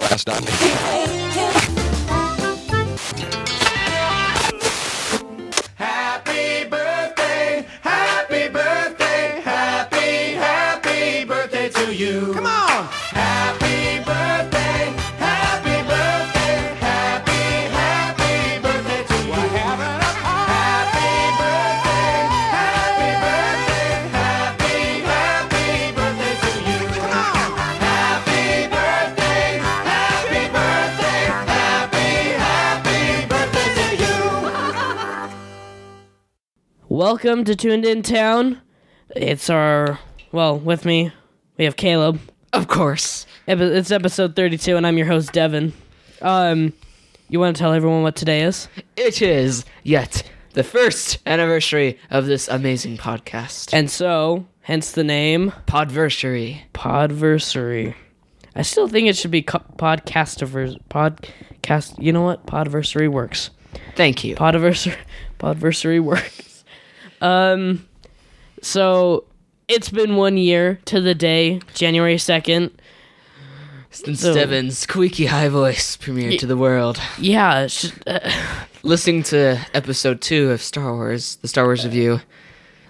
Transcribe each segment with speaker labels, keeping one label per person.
Speaker 1: Last time.
Speaker 2: Happy birthday, happy birthday, happy, happy birthday to you. Come on! Happy birthday, happy birthday, happy, happy birthday to you. We're having a Happy birthday, happy birthday, happy, happy birthday to you. Come on! Happy birthday, happy birthday, happy, happy birthday to you.
Speaker 3: Welcome to Tuned In Town. It's our well, with me we have Caleb.
Speaker 4: Of course.
Speaker 3: Epi- It's episode thirty-two, and I'm your host Devin. Um, you want to tell everyone what today is?
Speaker 4: It is yet the first anniversary of this amazing podcast.
Speaker 3: And so, hence the name
Speaker 4: Podversary.
Speaker 3: Podversary. I still think it should be co- podcastiver podcast. You know what? Podversary works.
Speaker 4: Thank you.
Speaker 3: Podversary Podversary works. Um, so it's been one year to the day, January second.
Speaker 4: Since
Speaker 3: so-
Speaker 4: Devin's squeaky high voice premiered to the world.
Speaker 3: Yeah, it's just- uh,
Speaker 4: Listening to episode two of Star Wars, the Star Wars review,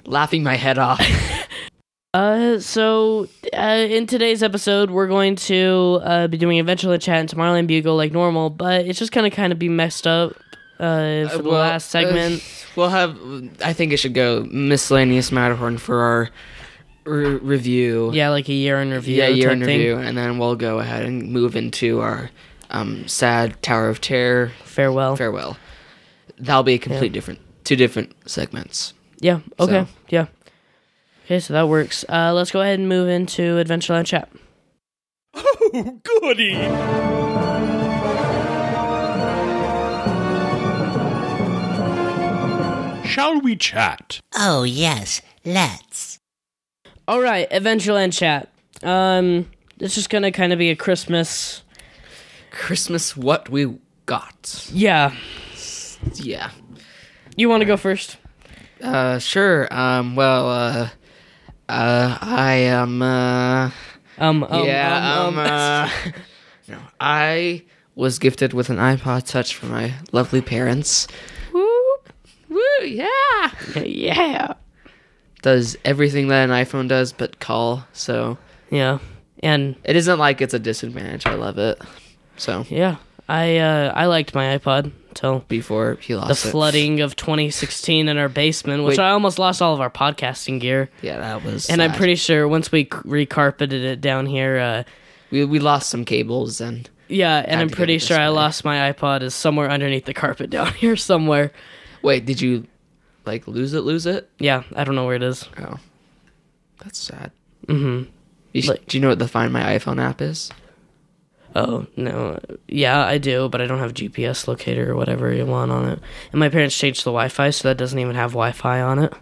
Speaker 4: laughing my head off.
Speaker 3: Uh, so uh, in today's episode, we're going to uh, be doing Adventureland Chat and Tomorrowland Bugle like normal, but it's just gonna kind of be messed up uh, for the
Speaker 4: Well,
Speaker 3: last segment.
Speaker 4: uh, we'll have, I think it should go miscellaneous Matterhorn for our re- review.
Speaker 3: yeah, like a year in review.
Speaker 4: yeah, year
Speaker 3: type
Speaker 4: in
Speaker 3: thing.
Speaker 4: review, and then we'll go ahead and move into our um, sad Tower of Terror
Speaker 3: Farewell.
Speaker 4: farewell. That'll be a complete different, two different segments.
Speaker 3: yeah. Okay.
Speaker 4: So.
Speaker 3: Yeah. Okay, so that works. Uh, let's go ahead and move into Adventureland Chat.
Speaker 5: Shall we chat?
Speaker 6: Oh, yes, let's.
Speaker 3: All right, Adventureland Chat. Um, it's just gonna kind of be a Christmas.
Speaker 4: Christmas, what we got?
Speaker 3: Yeah.
Speaker 4: Yeah,
Speaker 3: You want to go first?
Speaker 4: uh, sure. Um, well, uh, uh, I am. Uh,
Speaker 3: Um. um
Speaker 4: yeah,
Speaker 3: Um.
Speaker 4: um,
Speaker 3: um.
Speaker 4: uh, no, I was gifted with an iPod Touch from my lovely parents. Woo, woo, yeah.
Speaker 3: yeah.
Speaker 4: Does everything that an iPhone does, but call. So
Speaker 3: Yeah. And
Speaker 4: it isn't like it's a disadvantage. I love it. So
Speaker 3: Yeah, I uh, I liked my iPod until
Speaker 4: before he
Speaker 3: the
Speaker 4: lost it.
Speaker 3: flooding of 2016 in our basement, which
Speaker 4: Wait.
Speaker 3: I almost lost all of our podcasting gear.
Speaker 4: Yeah, that was.
Speaker 3: And I'm
Speaker 4: sad.
Speaker 3: pretty sure once we c- recarpeted it down here, uh,
Speaker 4: We we lost some cables and
Speaker 3: yeah, and I'm
Speaker 4: to get
Speaker 3: pretty
Speaker 4: it this
Speaker 3: sure I
Speaker 4: way.
Speaker 3: lost my iPod is somewhere underneath the carpet down here somewhere.
Speaker 4: wait, did you like lose it? Lose it?
Speaker 3: Yeah, I don't know where it is.
Speaker 4: Oh, that's sad. Mm-hmm. You sh- do you know what the Find My iPhone app is?
Speaker 3: Oh no, yeah, I do, but I don't have GPS locator or whatever you want on it. And my parents changed the Wi-Fi, so that doesn't even have Wi-Fi on it.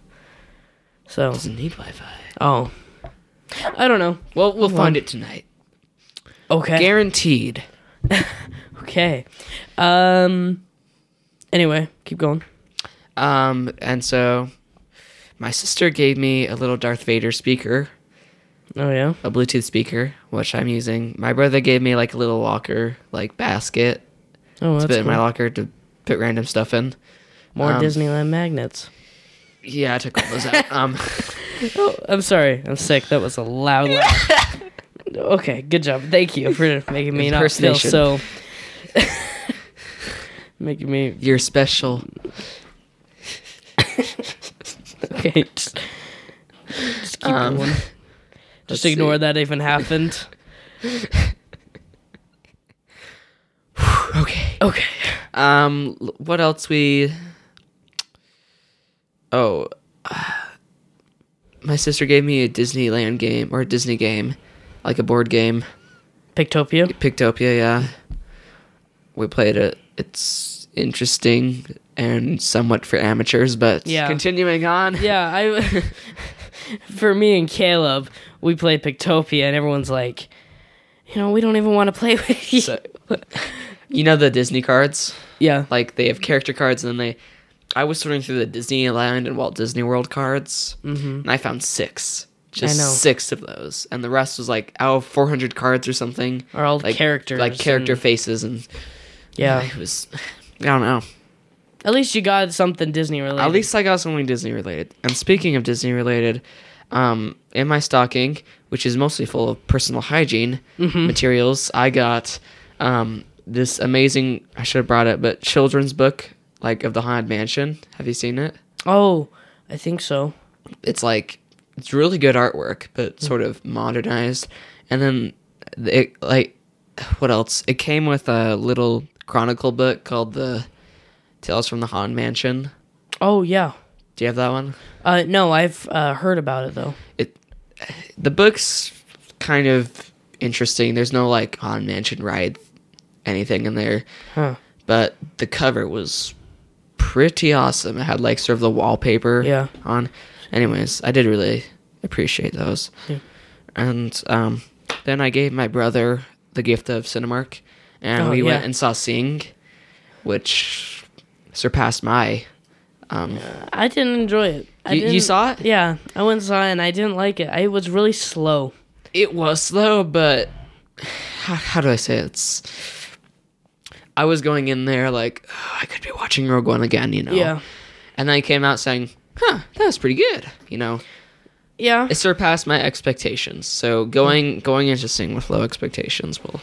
Speaker 3: So,
Speaker 4: Doesn't need Wi-Fi.
Speaker 3: oh, I don't know.
Speaker 4: Well, we'll find it tonight,
Speaker 3: Okay.
Speaker 4: guaranteed.
Speaker 3: Okay. Um. Anyway, keep going.
Speaker 4: Um, and so my sister gave me a little Darth Vader speaker,
Speaker 3: Oh yeah.
Speaker 4: a Bluetooth speaker, which I'm using. My brother gave me like a little locker, like basket,
Speaker 3: Oh,
Speaker 4: to
Speaker 3: that's
Speaker 4: put in my
Speaker 3: cool.
Speaker 4: locker to put random stuff in.
Speaker 3: more
Speaker 4: um,
Speaker 3: Disneyland magnets.
Speaker 4: Yeah, I took all those out. Um,
Speaker 3: Oh, I'm sorry. I'm sick. That was a loud laugh. okay, good job. Thank you for making me not feel
Speaker 4: Impersonation.
Speaker 3: so. making me
Speaker 4: you're special.
Speaker 3: okay. Just, just keep
Speaker 4: Um,
Speaker 3: going.
Speaker 4: let's
Speaker 3: Just ignore
Speaker 4: see.
Speaker 3: that even happened.
Speaker 4: Okay.
Speaker 3: Okay.
Speaker 4: Um, l- what else we? Oh, my sister gave me a Disneyland game or a Disney game, like a board game,
Speaker 3: Pictopia.
Speaker 4: Pictopia. Yeah, we played it. It's interesting and somewhat for amateurs, but
Speaker 3: Yeah.
Speaker 4: Continuing on.
Speaker 3: Yeah, I. for me and Caleb, we play Pictopia, and everyone's like, you know, we don't even want to play with you.
Speaker 4: So, you know the Disney cards.
Speaker 3: yeah, like
Speaker 4: like they have character cards and then they i was sorting through the disneyland and walt disney world cards mm-hmm. and i found six Just
Speaker 3: I know.
Speaker 4: six of those, and the rest was like out of 400 cards or something.
Speaker 3: Are all
Speaker 4: like,
Speaker 3: characters
Speaker 4: like character
Speaker 3: and-
Speaker 4: faces, and
Speaker 3: Yeah.
Speaker 4: it was. I don't know.
Speaker 3: At least you got something Disney related.
Speaker 4: At least I got something Disney related. And speaking of Disney related, um, in my stocking, which is mostly full of personal hygiene materials, I got um, this amazing. I should have brought it, but children's book like of the haunted mansion. Have you seen it?
Speaker 3: Oh, I think so.
Speaker 4: It's like it's really good artwork, but sort of modernized. And then it like what else? It came with a little chronicle book called the Tales from the Haunted Mansion.
Speaker 3: Oh yeah.
Speaker 4: Do you have that one?
Speaker 3: Uh, no, I've uh, heard about it though.
Speaker 4: it the book's kind of interesting. There's no like on mansion ride anything in there.
Speaker 3: Huh.
Speaker 4: But the cover was pretty awesome. It had like sort of the wallpaper
Speaker 3: Yeah.
Speaker 4: on. Anyways, I did really appreciate those. And um, then I gave my brother the gift of Cinemark and
Speaker 3: Oh,
Speaker 4: we went
Speaker 3: yeah.
Speaker 4: and saw Sing, which surpassed my um
Speaker 3: I didn't enjoy it. I
Speaker 4: You- you
Speaker 3: didn't-
Speaker 4: saw it?
Speaker 3: Yeah, I went and saw it, and I didn't like it. I, it was really slow.
Speaker 4: it was slow, but how, how do I say it? it's? I was going in there like "Oh, I could be watching Rogue One again, you know.
Speaker 3: Yeah.
Speaker 4: And then I came out saying, "Huh, that was pretty good," you know.
Speaker 3: Yeah.
Speaker 4: It surpassed my expectations. So going going into Sing with low expectations will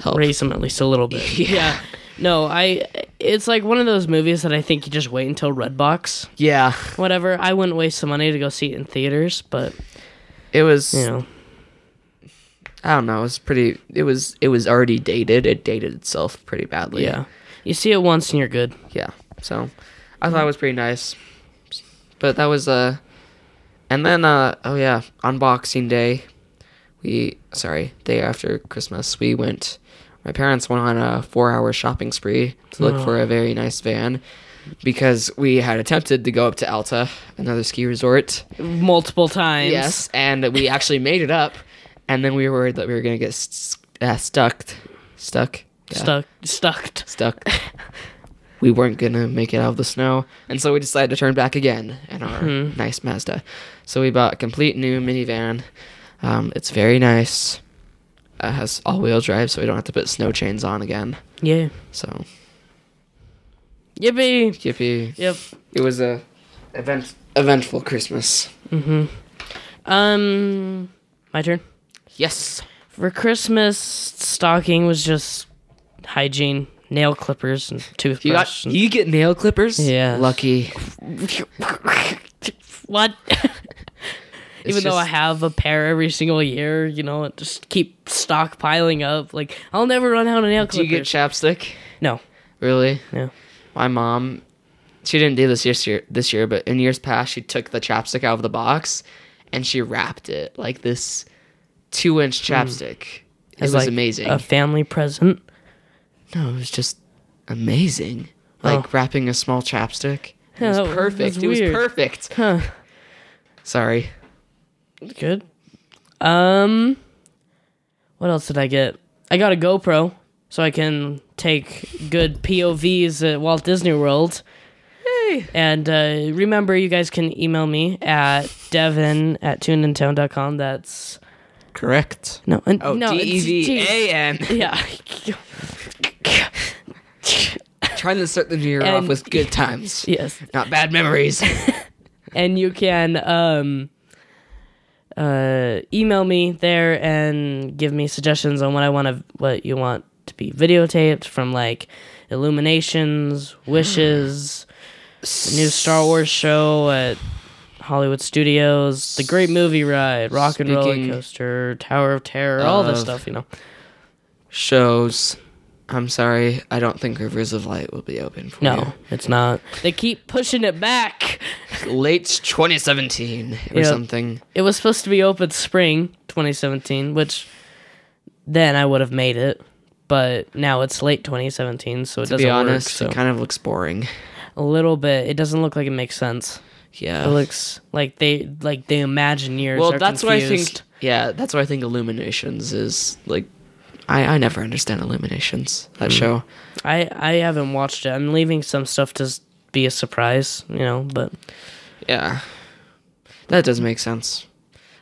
Speaker 4: help.
Speaker 3: raise them at least a little bit.
Speaker 4: Yeah.
Speaker 3: No, I. It's like one of those movies that I think you just wait until Redbox,
Speaker 4: Yeah.
Speaker 3: whatever. I wouldn't waste the money to go see it in theaters, but
Speaker 4: It was.
Speaker 3: you know,
Speaker 4: I don't know. It was pretty. It was. It was already dated. It dated itself pretty badly.
Speaker 3: yeah. You see it once and you're good.
Speaker 4: yeah so i thought it was pretty nice but that was uh and then uh oh yeah on boxing day we sorry day after christmas we went my parents went on a four hour shopping spree to look for a very nice van because we had attempted to go up to alta another ski resort
Speaker 3: Multiple times.
Speaker 4: yes and we actually made it up and then we were worried that we were gonna get st- uh, stuck stuck Yeah
Speaker 3: Stuck. Stuck.
Speaker 4: stuck. we weren't gonna make it out of the snow, and so we decided to turn back again in our nice Mazda. So we bought a complete new minivan. Um, it's very nice. It has all-wheel drive, so we don't have to put snow chains on again.
Speaker 3: Yeah.
Speaker 4: So
Speaker 3: Yippee.
Speaker 4: yippee!
Speaker 3: Yep.
Speaker 4: It was a event eventful Christmas.
Speaker 3: Um, my turn.
Speaker 4: Yes.
Speaker 3: For Christmas, stocking was just hygiene, nail clippers, and toothbrush.
Speaker 4: You got
Speaker 3: and-
Speaker 4: you get nail clippers.
Speaker 3: Yes.
Speaker 4: Lucky.
Speaker 3: what? Even though I
Speaker 4: just-
Speaker 3: have a pair every single year, you know, it just keep stockpiling up. Like I'll never run out of nail
Speaker 4: Do you
Speaker 3: clippers.
Speaker 4: get chapstick?
Speaker 3: no,
Speaker 4: Really?
Speaker 3: no.
Speaker 4: my mom she didn't do this this year this year but in years past she took the chapstick out of the box and she wrapped it like this two inch chapstick it was
Speaker 3: Hmm. like,
Speaker 4: amazing
Speaker 3: A family present.
Speaker 4: no it was just amazing like
Speaker 3: Oh.
Speaker 4: wrapping a small chapstick it
Speaker 3: Yeah,
Speaker 4: was
Speaker 3: that was-
Speaker 4: perfect
Speaker 3: that's
Speaker 4: it was
Speaker 3: weird.
Speaker 4: perfect
Speaker 3: Huh.
Speaker 4: sorry
Speaker 3: Good. Um, what else did I get? I got a GoPro so I can take good POVs at Walt Disney World. Hey. And uh, remember, you guys can email me at devin at tunedintown.com. That's
Speaker 4: correct
Speaker 3: no, and, E
Speaker 4: oh
Speaker 3: no, it's G-
Speaker 4: d-e-v-a-n
Speaker 3: Yeah.
Speaker 4: trying to start the new year off
Speaker 3: And-
Speaker 4: with good times
Speaker 3: yes.
Speaker 4: not bad memories
Speaker 3: and you can um uh email me there and give me suggestions on what I want to what you want to be videotaped from like illuminations, wishes, the new Star Wars show at Hollywood Studios, the great movie ride, rock and roller
Speaker 4: Speaking
Speaker 3: coaster, Tower of Terror, all this
Speaker 4: of-
Speaker 3: stuff, you know.
Speaker 4: shows i'm sorry i don't think rivers of light will be open for
Speaker 3: No,
Speaker 4: you.
Speaker 3: it's not. They keep pushing it back.
Speaker 4: late 2017 or
Speaker 3: Yeah.
Speaker 4: something.
Speaker 3: It was supposed to be open spring 2017, which then I would have made it, but now it's late 2017, so it
Speaker 4: To
Speaker 3: doesn't
Speaker 4: be honest,
Speaker 3: work.
Speaker 4: it
Speaker 3: So
Speaker 4: kind of looks boring.
Speaker 3: a little bit, it doesn't look like it makes sense.
Speaker 4: Yeah.
Speaker 3: It looks like they like the Imagineers.
Speaker 4: well,
Speaker 3: are
Speaker 4: that's why I think.
Speaker 3: confused.
Speaker 4: Yeah, that's why I think Illuminations is like. I, I never understand Illuminations that
Speaker 3: Hmm.
Speaker 4: show.
Speaker 3: I think I haven't watched it. I'm leaving some stuff to s- be a surprise, you know. But
Speaker 4: Yeah, that does make sense.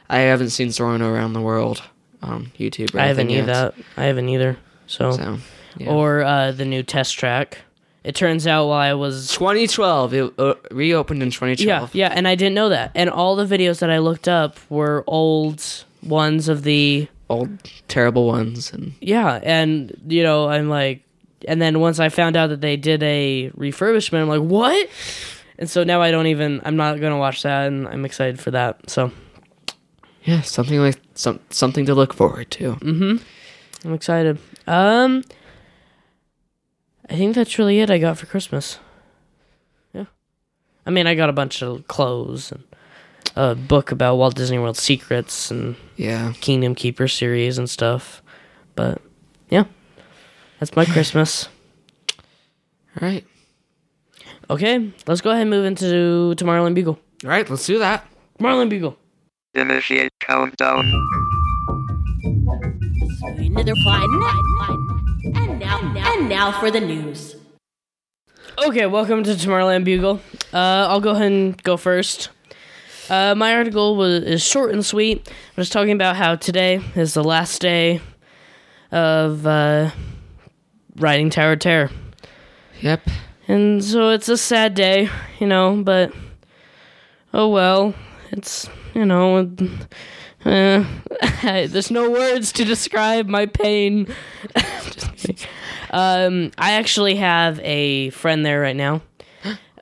Speaker 4: I haven't seen Zorno around the world on YouTube. Or
Speaker 3: I haven't
Speaker 4: anything
Speaker 3: either.
Speaker 4: yet.
Speaker 3: I haven't either. So,
Speaker 4: So, yeah.
Speaker 3: or uh, the new test track. It turns out while I was
Speaker 4: 2012. It uh, reopened in 2012.
Speaker 3: yeah yeah, and I didn't know that. And all the videos that I looked up were old ones of the
Speaker 4: Old terrible ones and
Speaker 3: yeah, and you know I'm like, and then once I found out that they did a refurbishment, I'm like what? And so now I don't even. I'm not gonna watch that, and I'm excited for that. So
Speaker 4: yeah, something like some something to look forward to.
Speaker 3: I'm excited. Um, I think that's really it I got for Christmas. Yeah, I mean, I got a bunch of clothes and a book about Walt Disney World secrets and
Speaker 4: Yeah.
Speaker 3: Kingdom Keeper series and stuff. But yeah, that's my Christmas.
Speaker 4: All right.
Speaker 3: Okay, let's go ahead and move into Tomorrowland Beagle.
Speaker 4: All right. Let's do that.
Speaker 3: Tomorrowland Beagle.
Speaker 1: Initiate countdown.
Speaker 7: Another fine. And now, and now for the news.
Speaker 3: Okay, welcome to Tomorrowland Bugle. Uh, I'll go ahead and go first. Uh, my article was is short and sweet. I was talking about how today is the last day of uh, riding Tower of Terror,
Speaker 4: Yep.
Speaker 3: and so it's a sad day, you know. But oh well, it's you know, uh, there's no words to describe my pain. Just kidding. um, I actually have a friend there right now.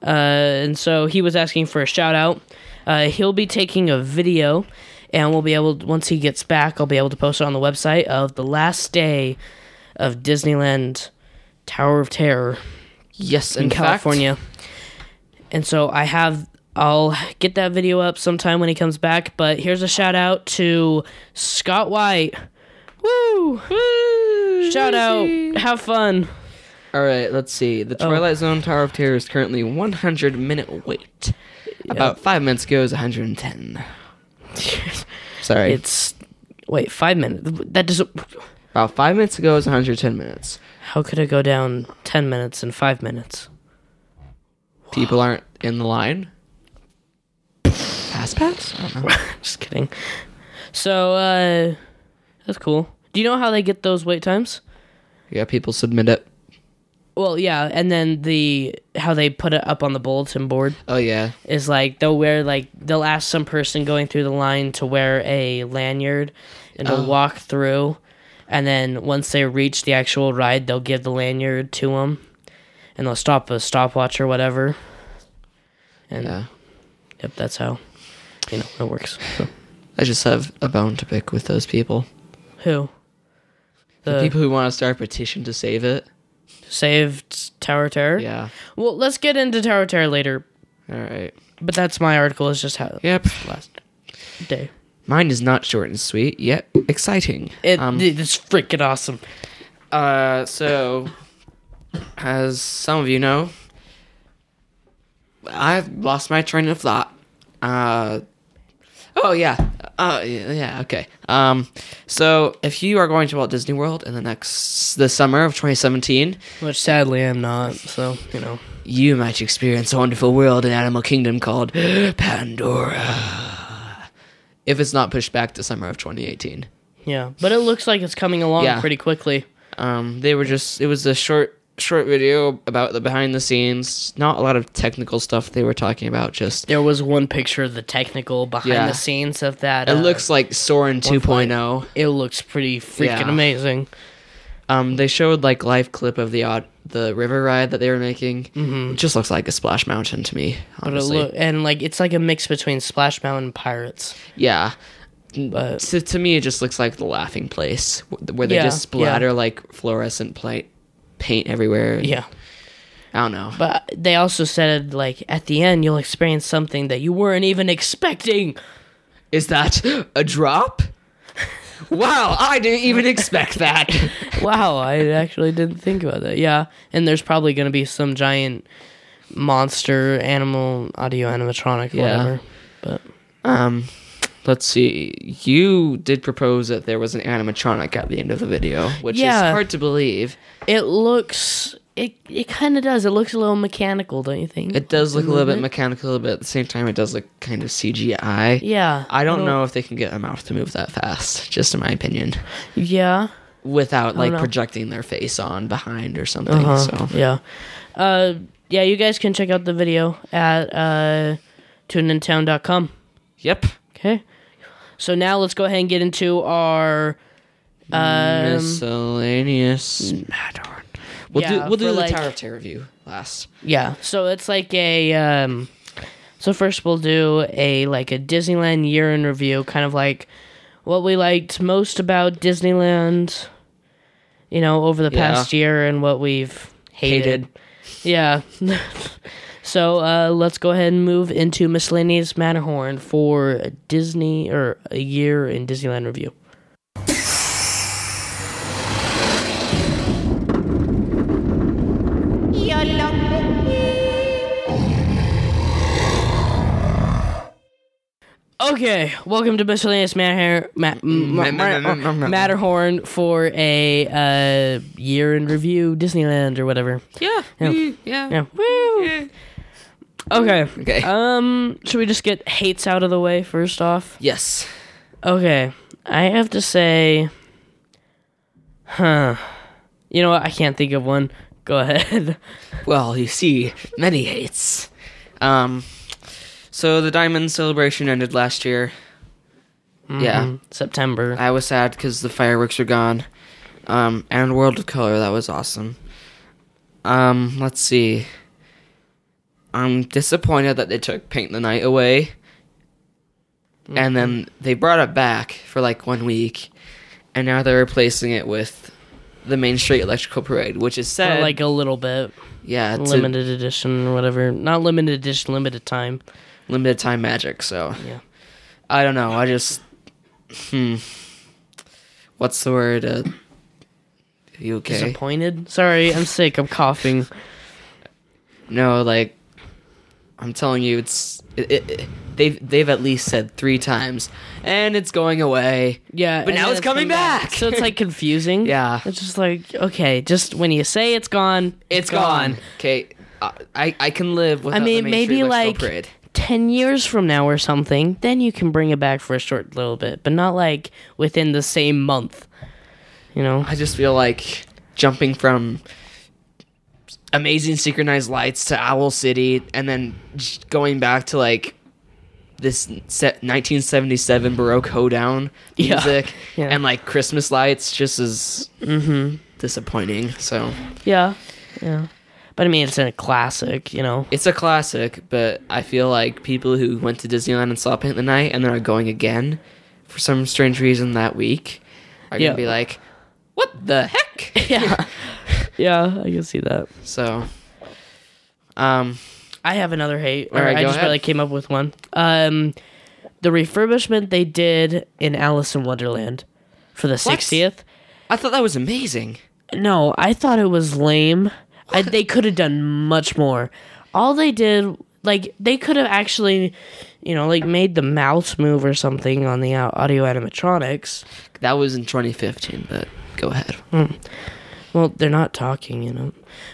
Speaker 3: Uh, and so he was asking for a shout out. Uh, he'll be taking a video, and we'll be able once he gets back, I'll be able to post it on the website of the last day of Disneyland Tower of Terror
Speaker 4: Yes.
Speaker 3: in
Speaker 4: In, fact-
Speaker 3: California. And so I have I'll get that video up sometime when he comes back, but here's a shout out to Scott White. Woo! Shout out. Have fun.
Speaker 4: All right, let's see. The Twilight Zone Tower of Terror is currently 100 minute wait. About five minutes ago, it was 110. Sorry,
Speaker 3: It's wait, 5 minutes. That doesn't
Speaker 4: about five minutes ago, it was 110 minutes.
Speaker 3: How could it go down 10 minutes and 5 minutes?
Speaker 4: People aren't in the line. Fast pass? I don't know.
Speaker 3: Just kidding. So, uh, that's cool. Do you know how they get those wait times?
Speaker 4: Yeah, people submit it.
Speaker 3: Well, yeah, and then the how they put it up on the bulletin board
Speaker 4: Oh yeah,
Speaker 3: is like they'll wear like they'll ask some person going through the line to wear a lanyard and to walk through, and then once they reach the actual ride, they'll give the lanyard to them, and they'll stop a stopwatch or whatever. And
Speaker 4: yeah.
Speaker 3: yep, that's how you know it works. So.
Speaker 4: I just have a bone to pick with those people.
Speaker 3: Who?
Speaker 4: The people who want to start a petition to save it.
Speaker 3: saved Tower of Terror.
Speaker 4: Yeah.
Speaker 3: Well, let's get into Tower of Terror later,
Speaker 4: All right.
Speaker 3: but that's my article. It's just how
Speaker 4: Yep.
Speaker 3: day.
Speaker 4: Mine is not short and sweet yet exciting.
Speaker 3: It,
Speaker 4: Um,
Speaker 3: it's freaking awesome.
Speaker 4: Uh, so, as some of you know, I've lost my train of thought. Uh, oh yeah. Uh, yeah, yeah, okay. Um, so if you are going to Walt Disney World in the next the summer of 2017,
Speaker 3: Which sadly I'm not. So you know.
Speaker 4: you might experience a wonderful world in Animal Kingdom called Pandora. If it's not pushed back to summer of 2018.
Speaker 3: Yeah, but it looks like it's coming along
Speaker 4: Yeah.
Speaker 3: pretty quickly.
Speaker 4: Um, they were just it was a short short video about the behind the scenes. Not a lot of technical stuff they were talking about. Just
Speaker 3: There was one picture of the technical behind
Speaker 4: Yeah.
Speaker 3: the scenes of that.
Speaker 4: it
Speaker 3: uh,
Speaker 4: looks like Soren 2.0.
Speaker 3: it looks pretty freaking
Speaker 4: Yeah.
Speaker 3: amazing.
Speaker 4: Um, they showed like live clip of the odd the river ride that they were making. Mm-hmm. It just looks like a splash mountain to me.
Speaker 3: But it
Speaker 4: Honestly,
Speaker 3: look and like it's like a mix between Splash Mountain and Pirates.
Speaker 4: yeah.
Speaker 3: But
Speaker 4: To, to me, it just looks like the laughing place wh- where they
Speaker 3: Yeah,
Speaker 4: just splatter
Speaker 3: yeah.
Speaker 4: like fluorescent paint paint everywhere.
Speaker 3: yeah,
Speaker 4: I don't know.
Speaker 3: but they also said like at the end you'll experience something that you weren't even expecting.
Speaker 4: Is that a drop? wow, I didn't even expect that.
Speaker 3: Wow, I actually didn't think about that. Yeah, and there's probably going to be some giant monster animal audio animatronic,
Speaker 4: Yeah.
Speaker 3: whatever.
Speaker 4: Um, let's see. You did propose that there was an animatronic at the end of the video, which
Speaker 3: Yeah.
Speaker 4: is hard to believe.
Speaker 3: It looks it it kind of does. It looks a little mechanical, don't you think?
Speaker 4: It does look a little bit
Speaker 3: movement?
Speaker 4: mechanical, but at the same time, it does look kind of CGI.
Speaker 3: yeah.
Speaker 4: I don't know if they can get a mouth to move that fast, just in my opinion,
Speaker 3: Yeah.
Speaker 4: without like
Speaker 3: know.
Speaker 4: projecting their face on behind or something.
Speaker 3: Uh-huh.
Speaker 4: So
Speaker 3: Yeah. Uh, yeah, you guys can check out the video at uh, tuneintown.com.
Speaker 4: Yep.
Speaker 3: Okay. So now let's go ahead and get into our. Um,
Speaker 4: Miscellaneous Matterhorn. We'll
Speaker 3: Yeah,
Speaker 4: do we'll
Speaker 3: for,
Speaker 4: do the
Speaker 3: like-
Speaker 4: Tower of Terror review last.
Speaker 3: Yeah. So it's like a um so first we'll do a like a Disneyland year in review, kind of like what we liked most about Disneyland, you know, over the
Speaker 4: Yeah.
Speaker 3: past year and what we've hated.
Speaker 4: Hated.
Speaker 3: Yeah. so uh let's go ahead and move into miscellaneous Matterhorn for a Disney or a year in Disneyland review. Okay, welcome to Miscellaneous Matterhorn, ma- m-
Speaker 4: Ma- ma- ma- ma- ma-
Speaker 3: Matterhorn for a uh, year in review Disneyland or whatever.
Speaker 4: Yeah. Mm,
Speaker 3: Yeah.
Speaker 4: Yeah.
Speaker 3: Yeah. Woo. Okay.
Speaker 4: Okay.
Speaker 3: Um, should we just get hates out of the way first off?
Speaker 4: yes.
Speaker 3: Okay. I have to say, huh. You know what? I can't think of one. Go ahead.
Speaker 4: Well, you see, many hates. Um, so the Diamond Celebration ended last year. Yeah,
Speaker 3: September.
Speaker 4: I was sad because the fireworks are gone. Um, and World of Color, that was awesome. Um, let's see. I'm disappointed that they took Paint the Night away. And then
Speaker 3: Mm-hmm.
Speaker 4: they brought it back for like one week. And now they're replacing it with the Main Street Electrical Parade, which is
Speaker 3: Or
Speaker 4: sad.
Speaker 3: like a little bit.
Speaker 4: yeah, it's a-
Speaker 3: limited edition or whatever. Not limited edition, limited time.
Speaker 4: limited time magic. So
Speaker 3: Yeah.
Speaker 4: I don't know. I just hmm. What's the word? Uh, you okay?
Speaker 3: Disappointed. Sorry, I'm sick. I'm coughing.
Speaker 4: No, like I'm telling you, it's it, it, it- they've they've at least said three times, and it's going away.
Speaker 3: Yeah,
Speaker 4: But
Speaker 3: and
Speaker 4: now
Speaker 3: then
Speaker 4: it's coming back.
Speaker 3: so it's like confusing.
Speaker 4: Yeah.
Speaker 3: it's just like okay, just when you say it's gone,
Speaker 4: It's gone. Okay, I, I I can live without.
Speaker 3: I mean,
Speaker 4: the Main
Speaker 3: maybe
Speaker 4: Street Electrical
Speaker 3: like
Speaker 4: Parade.
Speaker 3: ten years from now or something, then you can bring it back for a short little bit, but not like within the same month. You know?
Speaker 4: I just feel like jumping from amazing synchronized lights to Owl City and then j- going back to like this set 1977 Baroque hoedown
Speaker 3: Yeah.
Speaker 4: music
Speaker 3: Yeah. Mm-hmm.
Speaker 4: and like Christmas lights just as disappointing. So
Speaker 3: Yeah, yeah. But I mean, it's a classic. You know?
Speaker 4: it's a classic, but I feel like people who went to Disneyland and saw Paint the Night and then are going again for some strange reason that week are
Speaker 3: Yeah.
Speaker 4: gonna be like, what the heck?
Speaker 3: Yeah, yeah. I can see that.
Speaker 4: So, um,
Speaker 3: I have another hate. Or
Speaker 4: Alright,
Speaker 3: I
Speaker 4: go
Speaker 3: just
Speaker 4: ahead.
Speaker 3: really came up with one. Um, the refurbishment they did in Alice in Wonderland for the sixtieth.
Speaker 4: I thought that was amazing.
Speaker 3: No, I thought it was lame. I, they could have done much more. All they did, like they could have actually, you know, like made the mouse move or something on the au- audio animatronics.
Speaker 4: That was in 2015, but go ahead.
Speaker 3: Well, they're not talking, you know.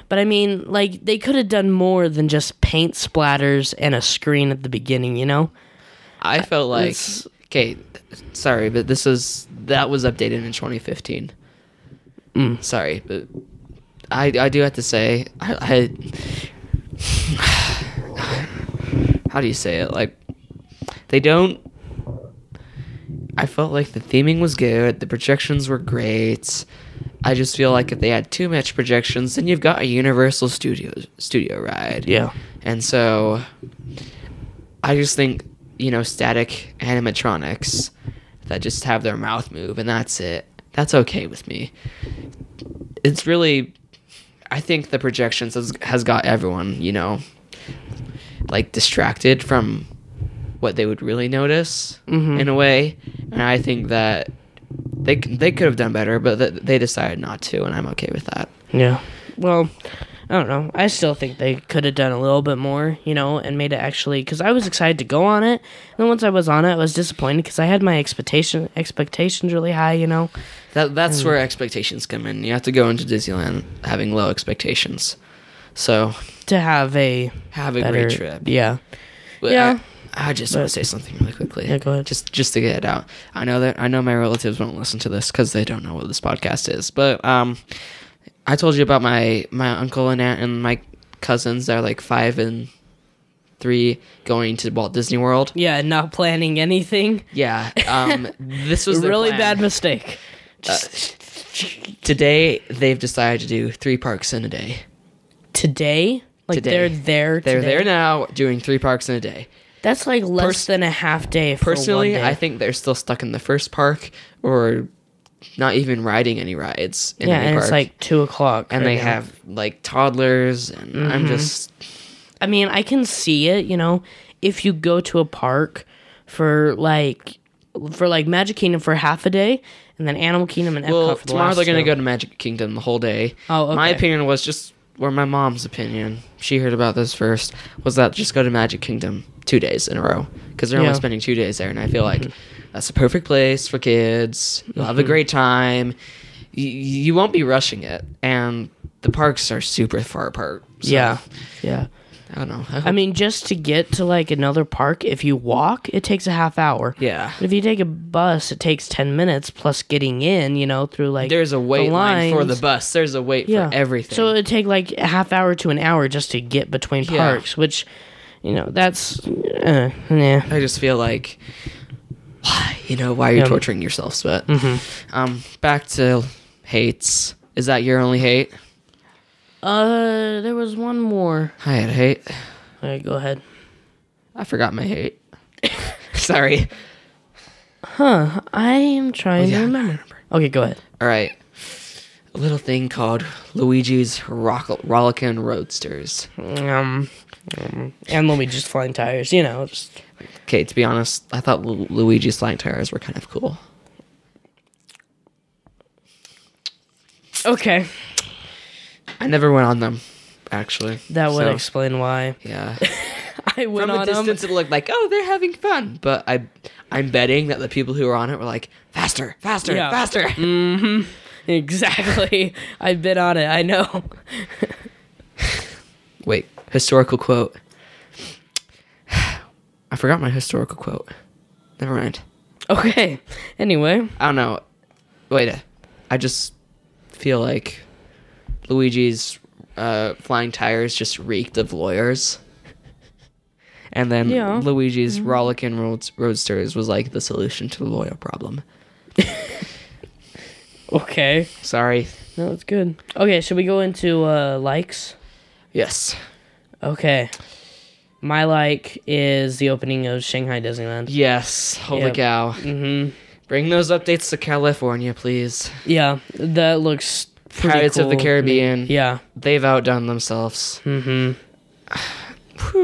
Speaker 3: But I mean, like they could have done more than just paint splatters and a screen at the beginning, you know.
Speaker 4: I felt like
Speaker 3: it's-
Speaker 4: okay, th- sorry, but this is that was updated in 2015. Sorry, but I I do have to say I, I how do you say it like they don't. I felt like the theming was good, the projections were great. I just feel like if they had too much projections, then you've got a Universal Studios studio ride.
Speaker 3: Yeah.
Speaker 4: And so I just think, you know, static animatronics that just have their mouth move and that's it. That's okay with me. It's really I think the projections has, has got everyone, you know, like distracted from what they would really notice in a way, and I think that they c- they could have done better, but th- they decided not to, and I'm okay with that.
Speaker 3: Yeah. Well, I don't know. I still think they could have done a little bit more, you know, and made it actually because I was excited to go on it. And then once I was on it, I was disappointed because I had my expectation expectations really high, you know.
Speaker 4: That that's
Speaker 3: Hmm.
Speaker 4: where expectations come in. You have to go into Disneyland having low expectations. So
Speaker 3: to have a
Speaker 4: have a
Speaker 3: better
Speaker 4: great trip.
Speaker 3: Yeah.
Speaker 4: But
Speaker 3: Yeah.
Speaker 4: I, I just want to say something really quickly.
Speaker 3: Yeah, go ahead.
Speaker 4: Just just to get it out. I know that I know my relatives won't listen to this because they don't know what this podcast is. But um, I told you about my my uncle and aunt and my cousins. They're like five and three going to Walt Disney World.
Speaker 3: Yeah, and not planning anything.
Speaker 4: Yeah. Um, this was their
Speaker 3: Really
Speaker 4: plan. Uh,
Speaker 3: bad mistake.
Speaker 4: Today they've decided to do three parks in a day.
Speaker 3: Today, like
Speaker 4: Today.
Speaker 3: they're there.
Speaker 4: They're
Speaker 3: today.
Speaker 4: there now doing three parks in a day.
Speaker 3: That's like less
Speaker 4: Pers-
Speaker 3: than a half day. For
Speaker 4: Personally,
Speaker 3: one day.
Speaker 4: I think they're still stuck in the first park or not even riding any rides in
Speaker 3: yeah,
Speaker 4: any
Speaker 3: and
Speaker 4: park.
Speaker 3: it's like two o'clock,
Speaker 4: and
Speaker 3: right
Speaker 4: they
Speaker 3: now.
Speaker 4: have like toddlers and I'm
Speaker 3: Mm-hmm.
Speaker 4: just
Speaker 3: I mean, I can see it, you know, if you go to a park for like for like Magic Kingdom for half a day and then Animal Kingdom and Epcot
Speaker 4: well
Speaker 3: for the
Speaker 4: tomorrow
Speaker 3: last
Speaker 4: they're going to
Speaker 3: two.
Speaker 4: go to Magic Kingdom the whole day.
Speaker 3: Oh, okay.
Speaker 4: My opinion was just or my mom's opinion. She heard about this first was that just go to Magic Kingdom 2 days in a row cuz they're
Speaker 3: Yeah. Mm-hmm.
Speaker 4: only spending 2 days there and I feel like that's the perfect place for kids. You'll have a great time. You, you won't be rushing it and the parks are super far apart. So,
Speaker 3: Yeah. Yeah.
Speaker 4: I don't know.
Speaker 3: I mean, just to get to like another park, if you walk, it takes a half hour.
Speaker 4: yeah.
Speaker 3: But if you take a bus, it takes 10 minutes plus getting in, you know, through like
Speaker 4: There's a
Speaker 3: the
Speaker 4: wait line for the
Speaker 3: lines.
Speaker 4: bus. There's a wait for everything.
Speaker 3: So it'd take like a half hour to an hour just to get between
Speaker 4: Yeah.
Speaker 3: parks, which, you know, that's, uh, yeah.
Speaker 4: I just feel like, why, you know, why are you
Speaker 3: Yeah. Mm-hmm.
Speaker 4: torturing yourselves? But um, back to hates. Is that your only hate?
Speaker 3: Uh, there was one more.
Speaker 4: I had a hate.
Speaker 3: All right, go ahead.
Speaker 4: I forgot my hate. Sorry.
Speaker 3: I am trying
Speaker 4: yeah,
Speaker 3: to
Speaker 4: I
Speaker 3: remember. Okay, go ahead.
Speaker 4: All right. A little thing called Luigi's Rock- Rollickin' Roadsters.
Speaker 3: Um, and Luigi's flying tires. You know, just
Speaker 4: Okay, to be honest, I thought Lu- Luigi's flying tires were kind of cool.
Speaker 3: okay.
Speaker 4: I never went on them, actually.
Speaker 3: That would
Speaker 4: So,
Speaker 3: explain why
Speaker 4: yeah.
Speaker 3: I went
Speaker 4: From a
Speaker 3: on 'em.
Speaker 4: distance, it looked like, oh, they're having fun. But I, I'm betting that the people who were on it were like, faster, faster,
Speaker 3: Yeah.
Speaker 4: faster. Mm.
Speaker 3: Exactly. I've been on it. I know.
Speaker 4: Wait, historical quote. I forgot my historical quote. Never mind.
Speaker 3: Okay. Anyway,
Speaker 4: I don't know. Wait, I just feel like Luigi's uh, flying tires just reeked of lawyers. And then
Speaker 3: Yeah. Mm-hmm.
Speaker 4: Luigi's rollicking roads- roadsters was like the solution to the lawyer problem.
Speaker 3: okay.
Speaker 4: Sorry.
Speaker 3: No, it's good. Okay, should we go into uh likes?
Speaker 4: Yes.
Speaker 3: Okay. My like is the opening of Shanghai Disneyland.
Speaker 4: Yes. Holy
Speaker 3: Yep.
Speaker 4: cow. Mm-hmm. Bring those updates to California, please.
Speaker 3: Yeah, that looks pretty
Speaker 4: Pirates of the
Speaker 3: cool to me.
Speaker 4: Caribbean.
Speaker 3: Yeah.
Speaker 4: They've outdone themselves.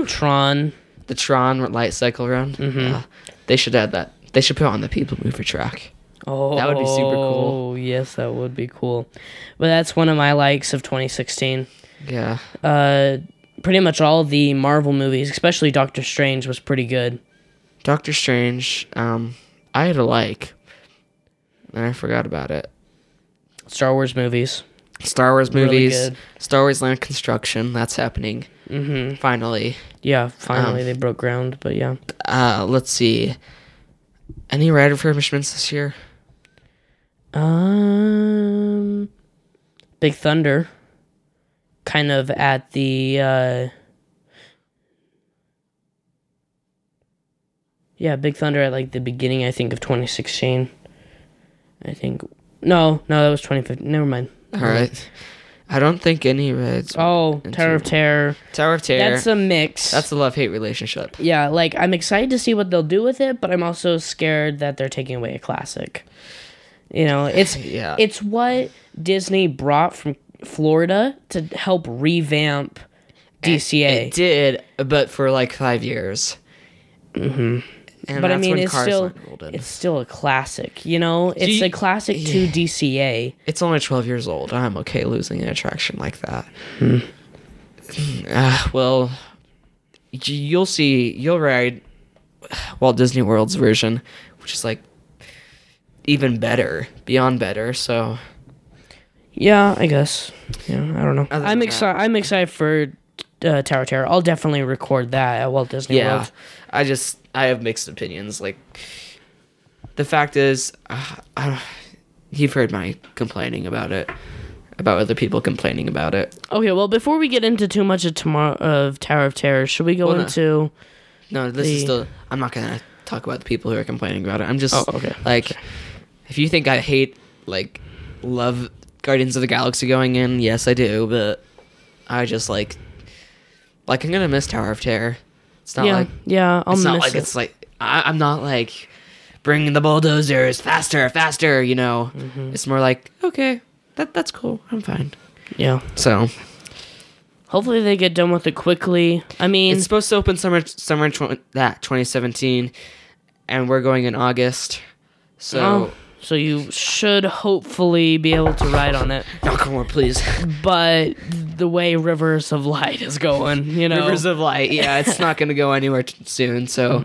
Speaker 3: Tron.
Speaker 4: The Tron light cycle run.
Speaker 3: Mm-hmm.
Speaker 4: Yeah. They should add that. They should put on the People Mover track.
Speaker 3: Oh,
Speaker 4: That would be super cool.
Speaker 3: Oh, yes, that would be cool. But that's one of my likes of 2016.
Speaker 4: Yeah.
Speaker 3: Uh, pretty much all the Marvel movies, especially Doctor Strange, was pretty good.
Speaker 4: Doctor Strange. Um, I had a like, and I forgot about it.
Speaker 3: Star Wars movies.
Speaker 4: Star Wars
Speaker 3: Really
Speaker 4: movies.
Speaker 3: good.
Speaker 4: Star Wars Land Construction. That's happening. Mm-hmm. Finally.
Speaker 3: Yeah, finally
Speaker 4: Um,
Speaker 3: they broke ground, but yeah.
Speaker 4: Uh, let's see. Any ride refurbishments this year?
Speaker 3: Um, Big Thunder, kind of at the uh, yeah, Big Thunder at like the beginning, I think, of 2016. I think no, no, that was 2015. Never mind.
Speaker 4: All right. I don't think any rides.
Speaker 3: Uh-huh. Oh, Tower of Terror.
Speaker 4: Tower of Terror.
Speaker 3: That's a mix.
Speaker 4: That's a love hate relationship.
Speaker 3: yeah, like I'm excited to see what they'll do with it, but I'm also scared that they're taking away a classic. You know, it's
Speaker 4: Yeah.
Speaker 3: it's what Disney brought from Florida to help revamp DCA.
Speaker 4: It did, but for like five years. Mm-hmm. And
Speaker 3: but
Speaker 4: that's
Speaker 3: I mean,
Speaker 4: when
Speaker 3: it's
Speaker 4: Cars
Speaker 3: still
Speaker 4: Land rolled in.
Speaker 3: it's
Speaker 4: It's,
Speaker 3: still a classic. You know, it's
Speaker 4: you-
Speaker 3: a classic to DCA.
Speaker 4: only 12 years old. I'm okay losing an attraction like that.
Speaker 3: Hmm.
Speaker 4: Uh, well, y- you'll see. You'll ride Walt Disney World's version, which is like even better, beyond better. So
Speaker 3: Yeah, I guess. Yeah, I don't know.
Speaker 4: Other
Speaker 3: I'm
Speaker 4: than
Speaker 3: excited. I'm excited for uh, Tower Terror. I'll definitely record that at Walt Disney
Speaker 4: yeah,
Speaker 3: World.
Speaker 4: I just I have mixed opinions. Like the fact is, uh, I, you've heard my complaining about it, about other people complaining about it.
Speaker 3: Okay, well, before we get into too much of tomorrow of Tower of Terror, should we go
Speaker 4: Well, no.
Speaker 3: into?
Speaker 4: No, this is
Speaker 3: The-
Speaker 4: the. I'm not gonna talk about the people who are complaining about it. I'm just
Speaker 3: Oh, okay.
Speaker 4: like, if you think I hate like love Guardians of the Galaxy going in, yes I do, but I just like like I'm gonna miss Tower of Terror. It's not
Speaker 3: yeah,
Speaker 4: like
Speaker 3: yeah, I'll
Speaker 4: it's
Speaker 3: miss
Speaker 4: not like
Speaker 3: it.
Speaker 4: it's like I, I'm not like bringing the bulldozers faster, faster. You know, it's more like okay, that that's cool. I'm fine.
Speaker 3: yeah,
Speaker 4: So
Speaker 3: hopefully they get done with it quickly. I mean,
Speaker 4: It's supposed to open summer summer tw- that 2017, and we're going in August. So
Speaker 3: oh, so you should hopefully be able to ride on it.
Speaker 4: knock on wood, please.
Speaker 3: But the way Rivers of Light is going, you know,
Speaker 4: Rivers of Light. Mm-hmm. Yeah, it's not going to go anywhere t- soon. So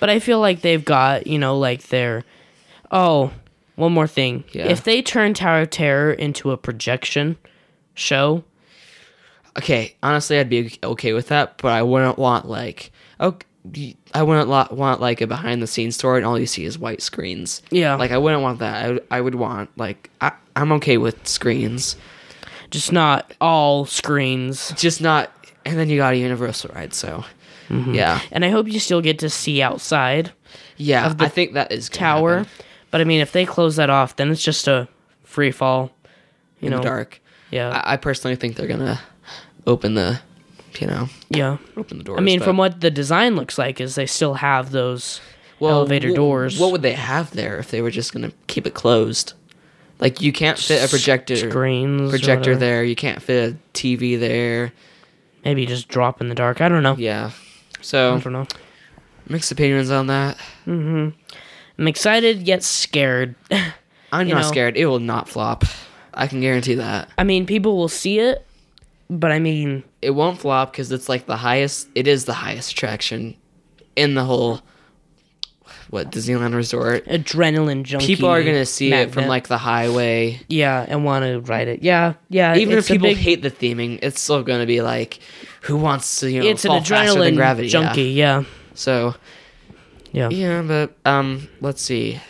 Speaker 3: But I feel like they've got, you know, like their. Oh, one more thing.
Speaker 4: Yeah.
Speaker 3: If they turn Tower of Terror into a projection show,
Speaker 4: okay, honestly, I'd be okay with that, but I wouldn't want like oh. I wouldn't lo- want like a behind the scenes story, and all you see is white screens.
Speaker 3: Yeah.
Speaker 4: like I wouldn't want that. I, would- I would want like I, I'm okay with screens,
Speaker 3: just not all screens.
Speaker 4: just not. And then you got a universal ride, so
Speaker 3: Mm-hmm.
Speaker 4: yeah,
Speaker 3: And I hope you still get to see outside
Speaker 4: yeah. I think that is gonna
Speaker 3: Tower.
Speaker 4: happen.
Speaker 3: But I mean, if they close that off, then it's just a free fall. You
Speaker 4: in
Speaker 3: know,
Speaker 4: the dark. Ah.
Speaker 3: Yeah,
Speaker 4: I, I personally think they're gonna open the, you know,
Speaker 3: yeah.
Speaker 4: open the doors.
Speaker 3: I mean,
Speaker 4: but-
Speaker 3: from what the design looks like, is they still have those
Speaker 4: Well,
Speaker 3: elevator
Speaker 4: wh-
Speaker 3: doors.
Speaker 4: What would they have there if they were just gonna keep it closed? Like you can't fit a projector
Speaker 3: screens or
Speaker 4: projector
Speaker 3: whatever.
Speaker 4: there. You can't fit a TV there.
Speaker 3: Maybe just drop in the dark. I don't know.
Speaker 4: Yeah.
Speaker 3: I
Speaker 4: So
Speaker 3: don't know.
Speaker 4: mixed opinions on that.
Speaker 3: I'm excited yet scared.
Speaker 4: I'm
Speaker 3: You
Speaker 4: not
Speaker 3: know.
Speaker 4: scared. It will not flop. I can guarantee that.
Speaker 3: I mean, people will see it, but I mean,
Speaker 4: It won't flop because it's like the highest. It is the highest attraction in the whole what Disneyland Resort.
Speaker 3: adrenaline junkie.
Speaker 4: people are gonna see it from
Speaker 3: magnet.
Speaker 4: like the highway.
Speaker 3: yeah, and want to ride it. Yeah, yeah.
Speaker 4: Even
Speaker 3: it's
Speaker 4: if
Speaker 3: a
Speaker 4: people
Speaker 3: big-
Speaker 4: hate the theming, it's still gonna be like, who wants to you know
Speaker 3: it's an
Speaker 4: fall faster than
Speaker 3: adrenaline
Speaker 4: gravity? yeah.
Speaker 3: junkie. Yeah.
Speaker 4: So
Speaker 3: yeah,
Speaker 4: yeah, but um, let's see.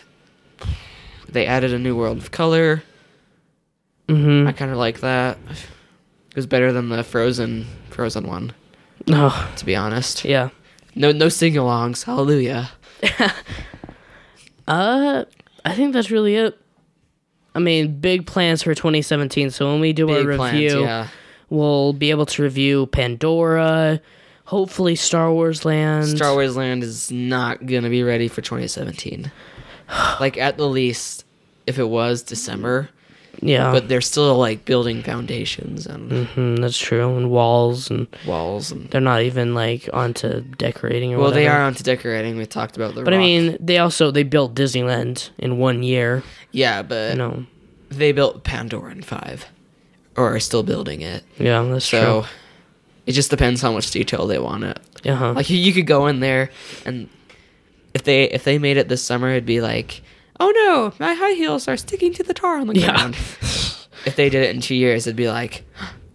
Speaker 4: They added a new world of color. Mm-hmm. I kind of like that. It was better than the Frozen Frozen one,
Speaker 3: Oh,
Speaker 4: to be honest.
Speaker 3: yeah.
Speaker 4: No no sing-alongs. Hallelujah.
Speaker 3: Uh, I think that's really it. I mean, big plans for 2017. So when we do our review,
Speaker 4: Big plans, yeah.
Speaker 3: we'll be able to review Pandora, hopefully Star Wars Land.
Speaker 4: Star Wars Land is not gonna be ready for 2017. like at the least, if it was December,
Speaker 3: Yeah,
Speaker 4: but they're still like building foundations and
Speaker 3: mm, that's true. And walls, and
Speaker 4: walls and.
Speaker 3: they're not even like onto decorating or
Speaker 4: Well,
Speaker 3: whatever.
Speaker 4: they are onto decorating. We talked about the.
Speaker 3: But I
Speaker 4: rock.
Speaker 3: mean, they also they built Disneyland in one year.
Speaker 4: yeah, but
Speaker 3: You know,
Speaker 4: they built Pandora in five, or are still building it.
Speaker 3: yeah, that's
Speaker 4: So it just depends how much detail they want it.
Speaker 3: true. Uh-huh.
Speaker 4: Like you- you could go in there, and if they if they made it this summer, it'd be like, oh no, my high heels are sticking to the tar on the
Speaker 3: Yeah.
Speaker 4: ground. if they did it in two years, it'd be like,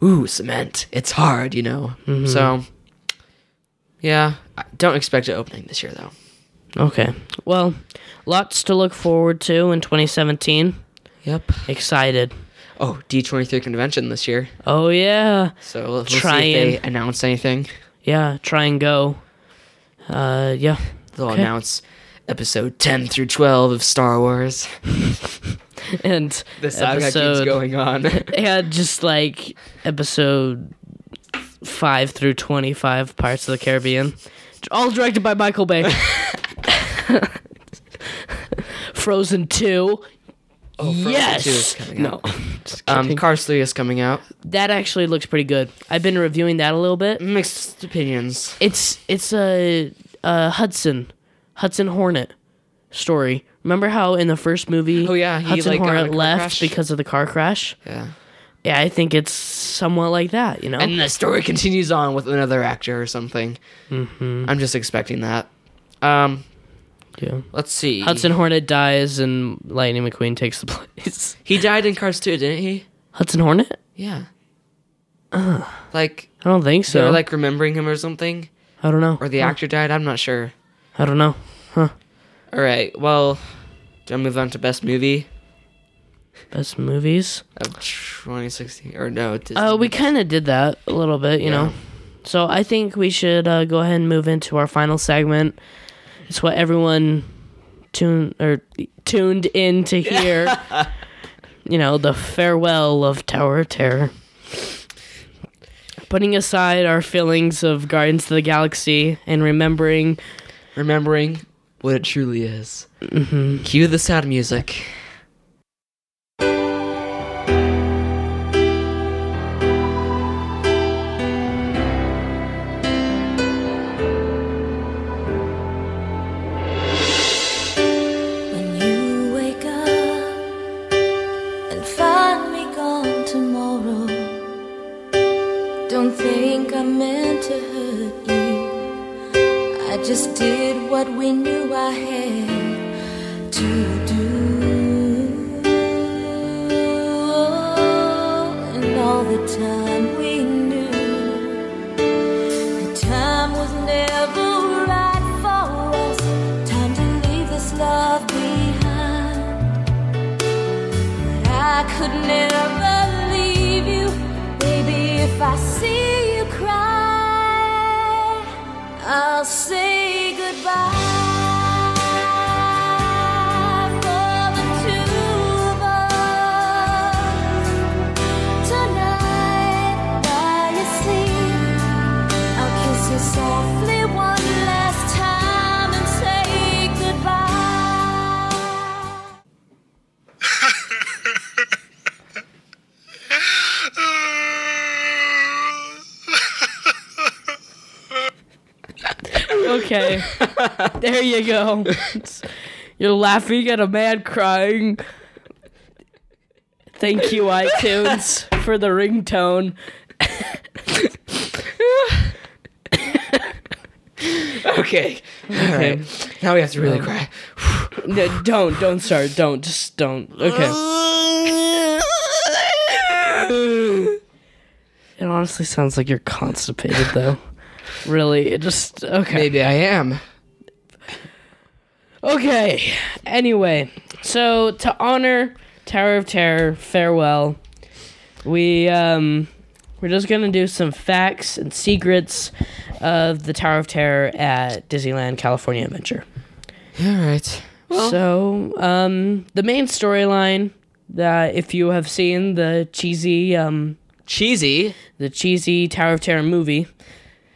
Speaker 4: ooh, cement. It's hard, you know.
Speaker 3: Mm-hmm.
Speaker 4: So yeah, I don't expect it opening this year though.
Speaker 3: okay, well, lots to look forward to in 2017.
Speaker 4: Yep.
Speaker 3: Excited.
Speaker 4: Oh, D23 convention this year.
Speaker 3: Oh yeah,
Speaker 4: So we'll
Speaker 3: Try
Speaker 4: see if
Speaker 3: and-
Speaker 4: they announce anything.
Speaker 3: yeah. Try and go. Uh, yeah.
Speaker 4: They'll announce episode 10 through 12 of Star Wars.
Speaker 3: And
Speaker 4: The saga keeps going on.
Speaker 3: Yeah, just like episode five through twenty-five, Pirates of the Caribbean, all directed by Michael Bay. Frozen Two.
Speaker 4: Oh, Frozen
Speaker 3: yes.
Speaker 4: 2 is coming
Speaker 3: no.
Speaker 4: out. um, Cars 3 is coming out.
Speaker 3: that actually looks pretty good. I've been reviewing that a little bit.
Speaker 4: Mixed opinions.
Speaker 3: It's it's a, a Hudson Hudson Hornet story. Remember how in the first movie,
Speaker 4: Oh, yeah, he,
Speaker 3: Hudson
Speaker 4: like, got in a
Speaker 3: Hornet
Speaker 4: car
Speaker 3: left
Speaker 4: crash?
Speaker 3: because of the car crash.
Speaker 4: Yeah.
Speaker 3: yeah, I think it's somewhat like that, you know?
Speaker 4: and the story continues on with another actor or something.
Speaker 3: Mm-hmm.
Speaker 4: I'm just expecting that. Um,
Speaker 3: yeah.
Speaker 4: let's see.
Speaker 3: Hudson Hornet dies and Lightning McQueen takes the place.
Speaker 4: He died in Cars 2, didn't he?
Speaker 3: Hudson Hornet?
Speaker 4: Yeah. like
Speaker 3: I don't think
Speaker 4: they
Speaker 3: so.
Speaker 4: were like remembering him or something,
Speaker 3: I don't know.
Speaker 4: or the actor died. I'm not sure.
Speaker 3: I don't know.
Speaker 4: All right. Well, do I move on to best movie
Speaker 3: Best movies.
Speaker 4: of 2016 or no? Disney.
Speaker 3: Uh, we kind of did that a little bit, you know. So I think we should uh, go ahead and move into our final segment. It's what everyone tuned or tuned in to hear. you know, the farewell of Tower of Terror. Putting aside our feelings of Guardians of the Galaxy and remembering
Speaker 4: remembering what it truly is. Cue the sad music.
Speaker 8: When you wake up and find me gone tomorrow, don't think I meant to hurt you. I just did what we knew I had to do. And all the time we knew the time was never right for us. Time to leave this love behind. But I could never leave you, baby. If I see you cry, I'll say goodbye. For the two of us. Tonight, while you sleep, I'll kiss you softly one last time and say goodbye.
Speaker 3: Okay. there you go. It's- You're laughing at a man crying. Thank you, iTunes, for the ringtone.
Speaker 4: Okay. All right. Um, Now we have to really cry.
Speaker 3: No, don't, don't start. Don't, just don't. Okay. It honestly sounds like you're constipated, though. Really, it just, okay.
Speaker 4: Maybe I am.
Speaker 3: Okay. Anyway, so to honor Tower of Terror, farewell. We um we're just gonna do some facts and secrets of the Tower of Terror at Disneyland California Adventure.
Speaker 4: All right.
Speaker 3: so um the main storyline that if you have seen the cheesy um
Speaker 4: Cheesy.
Speaker 3: the cheesy Tower of Terror movie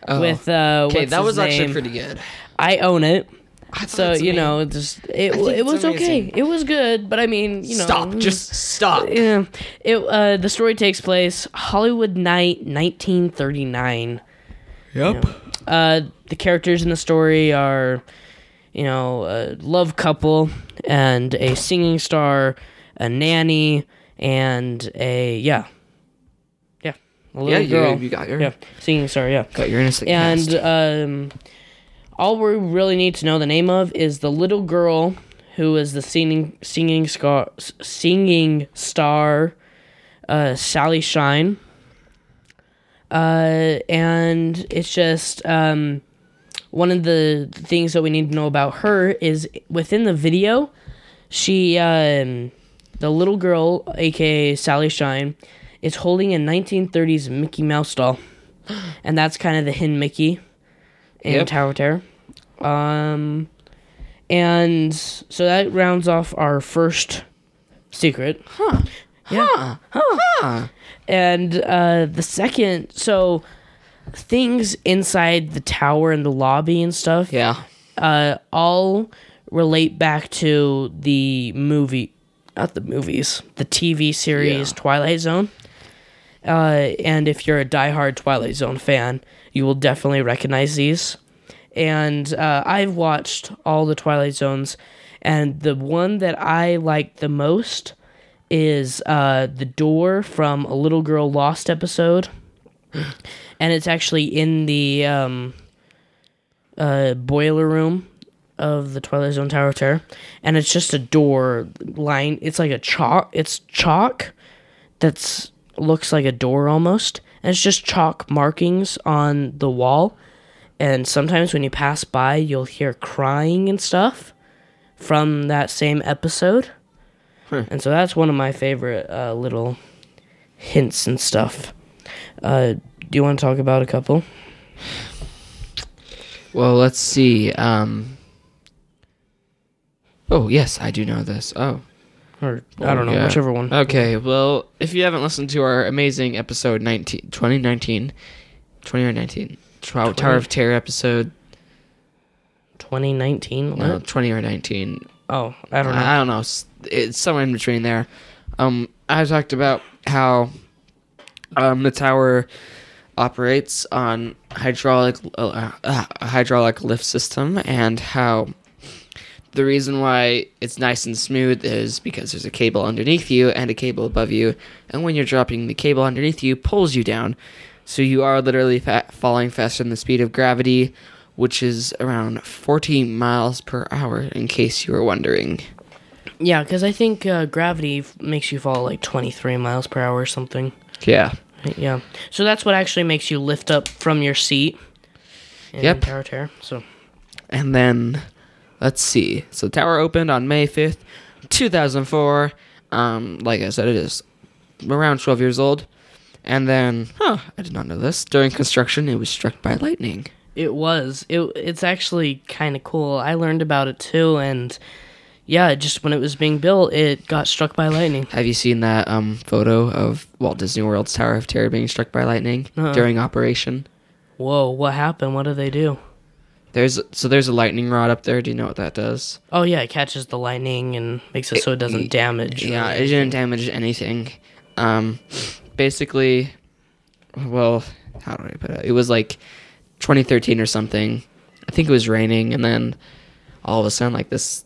Speaker 4: Oh,
Speaker 3: with uh
Speaker 4: Okay,
Speaker 3: what's
Speaker 4: that
Speaker 3: his
Speaker 4: was actually
Speaker 3: name?
Speaker 4: pretty good.
Speaker 3: I own it.
Speaker 4: I
Speaker 3: So you know, just it
Speaker 4: think
Speaker 3: it
Speaker 4: it's
Speaker 3: was okay.
Speaker 4: amazing.
Speaker 3: It was good, but I mean, you know,
Speaker 4: stop. Just stop.
Speaker 3: Yeah. It uh the story takes place Hollywood night 1939.
Speaker 4: Yep.
Speaker 3: Uh the characters in the story are you know, a love couple and a singing star, a nanny and a yeah. Yeah. A little
Speaker 4: Yeah, you-
Speaker 3: girl.
Speaker 4: you got your-
Speaker 3: Yeah. Singing star, yeah.
Speaker 4: Got your innocent
Speaker 3: and
Speaker 4: cast.
Speaker 3: um all we really need to know the name of is the little girl who is the singing singing scar, singing star uh, Sally Shine. Uh, and it's just um, one of the things that we need to know about her is within the video, she, um, the little girl, aka Sally Shine, is holding a 1930s Mickey Mouse doll. And that's kind of the hidden Mickey in
Speaker 4: Yep.
Speaker 3: Tower of Terror. Um, and so that rounds off our first secret. And uh, the second, so things inside the tower and the lobby and stuff,
Speaker 4: yeah.
Speaker 3: uh, all relate back to the movie, not the movies, the TV series
Speaker 4: Yeah.
Speaker 3: Twilight Zone. Uh, and if you're a diehard Twilight Zone fan, you will definitely recognize these. And uh, I've watched all the Twilight Zones, and the one that I liked the most is uh, the door from a little girl lost episode, and it's actually in the um, uh, boiler room of the Twilight Zone Tower of Terror, and it's just a door line. It's like a chalk. It's chalk that's looks like a door almost, and it's just chalk markings on the wall. And sometimes when you pass by, you'll hear crying and stuff from that same episode. And so that's one of my favorite uh, little hints and stuff. Uh, do you want to talk about a couple?
Speaker 4: Well, let's see. Um. Oh yes, I do know this. Oh,
Speaker 3: Or I don't know,
Speaker 4: yeah.
Speaker 3: whichever one.
Speaker 4: Okay, well, if you haven't listened to our amazing episode 19, 2019, 2019, Tower, Tower of Terror episode,
Speaker 3: 2019?
Speaker 4: no, 20 or 19,
Speaker 3: Oh, I don't know.
Speaker 4: I don't know. s- It's somewhere in between there. Um, I talked about how um, the tower operates on hydraulic uh, uh, a hydraulic lift system, and how the reason why it's nice and smooth is because there's a cable underneath you and a cable above you, and when you're dropping, the cable underneath you pulls you down, so you are literally fa- falling faster than the speed of gravity. Which is around 40 miles per hour, in case you were wondering.
Speaker 3: yeah, because I think uh, gravity f- makes you fall like 23 miles per hour or something.
Speaker 4: Yeah.
Speaker 3: Yeah. So that's what actually makes you lift up from your seat. in
Speaker 4: Yep.
Speaker 3: Tower of Terror. So
Speaker 4: And then, let's see. So, Tower opened on May 5th, 2004. Um, like I said, it is around 12 years old. And then, huh, I did not know this. During construction, it was struck by lightning.
Speaker 3: It was. It it's actually kind of cool. I learned about it too, and yeah, it just when it was being built, it got struck by lightning.
Speaker 4: Have you seen that um, photo of Walt Disney World's Tower of Terror being struck by lightning during operation?
Speaker 3: Whoa! What happened? What do they do?
Speaker 4: There's so there's a lightning rod up there. Do you know what that does?
Speaker 3: Oh yeah, it catches the lightning and makes it so it doesn't damage.
Speaker 4: Yeah, it didn't damage anything. Um, basically, well, how do I put it? It was like 2013 or something. I think it was raining, and then all of a sudden, like this,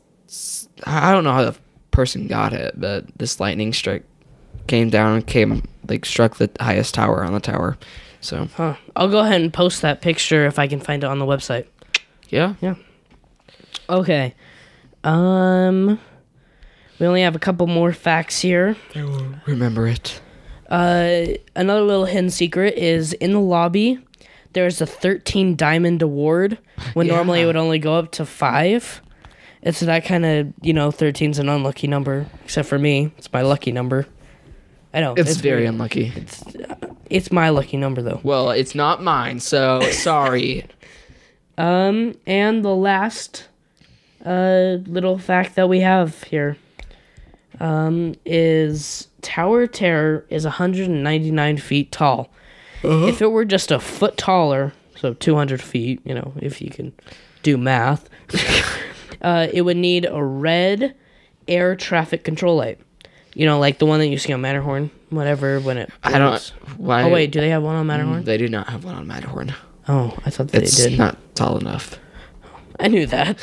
Speaker 4: I I don't know how the person got it, but this lightning strike came down and came like struck the highest tower on the tower. So
Speaker 3: Huh. I'll go ahead and post that picture if I can find it on the website.
Speaker 4: yeah,
Speaker 3: Okay. Um, we only have a couple more facts here.
Speaker 4: remember it.
Speaker 3: Uh, another little hidden secret is in the lobby. There's a 13 diamond award when normally it would only go up to five. It's that kind of you know 13's an unlucky number, except for me. It's my lucky number. I know
Speaker 4: It's, very
Speaker 3: weird.
Speaker 4: unlucky.
Speaker 3: It's my lucky number though.
Speaker 4: well, it's not mine, so sorry.
Speaker 3: Um, and the last uh, little fact that we have here um, is Tower Terror is 199 feet tall.
Speaker 4: Uh-huh.
Speaker 3: If it were just a foot taller, so 200 feet, you know, if you can do math, uh, it would need a red air traffic control light. You know, like the one that you see on Matterhorn, whatever. When it,
Speaker 4: I don't.
Speaker 3: blinks.
Speaker 4: Why?
Speaker 3: Oh wait, do they have one on Matterhorn?
Speaker 4: They do not have one on Matterhorn.
Speaker 3: Oh, I thought they
Speaker 4: It's
Speaker 3: did.
Speaker 4: not tall enough.
Speaker 3: I knew that.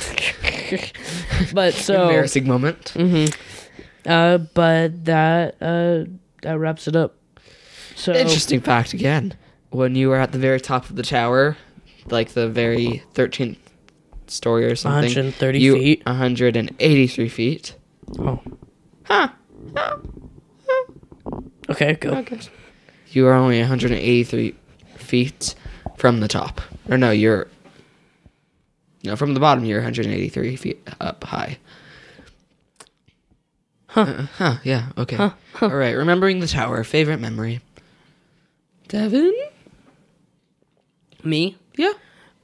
Speaker 3: but so,
Speaker 4: Embarrassing moment.
Speaker 3: uh, but that uh, that wraps it up. So
Speaker 4: Interesting fact again. When you were at the very top of the tower, like the very 13th story or something.
Speaker 3: 130
Speaker 4: you-
Speaker 3: feet.
Speaker 4: 183 feet.
Speaker 3: Oh. Huh. Okay, go.
Speaker 4: You are only 183 feet from the top. Or no, you're. No, from the bottom, you're 183 feet up high. Uh, Huh. huh, yeah, okay. All right, remembering the tower, favorite memory. Devin?
Speaker 3: Me.
Speaker 4: Yeah.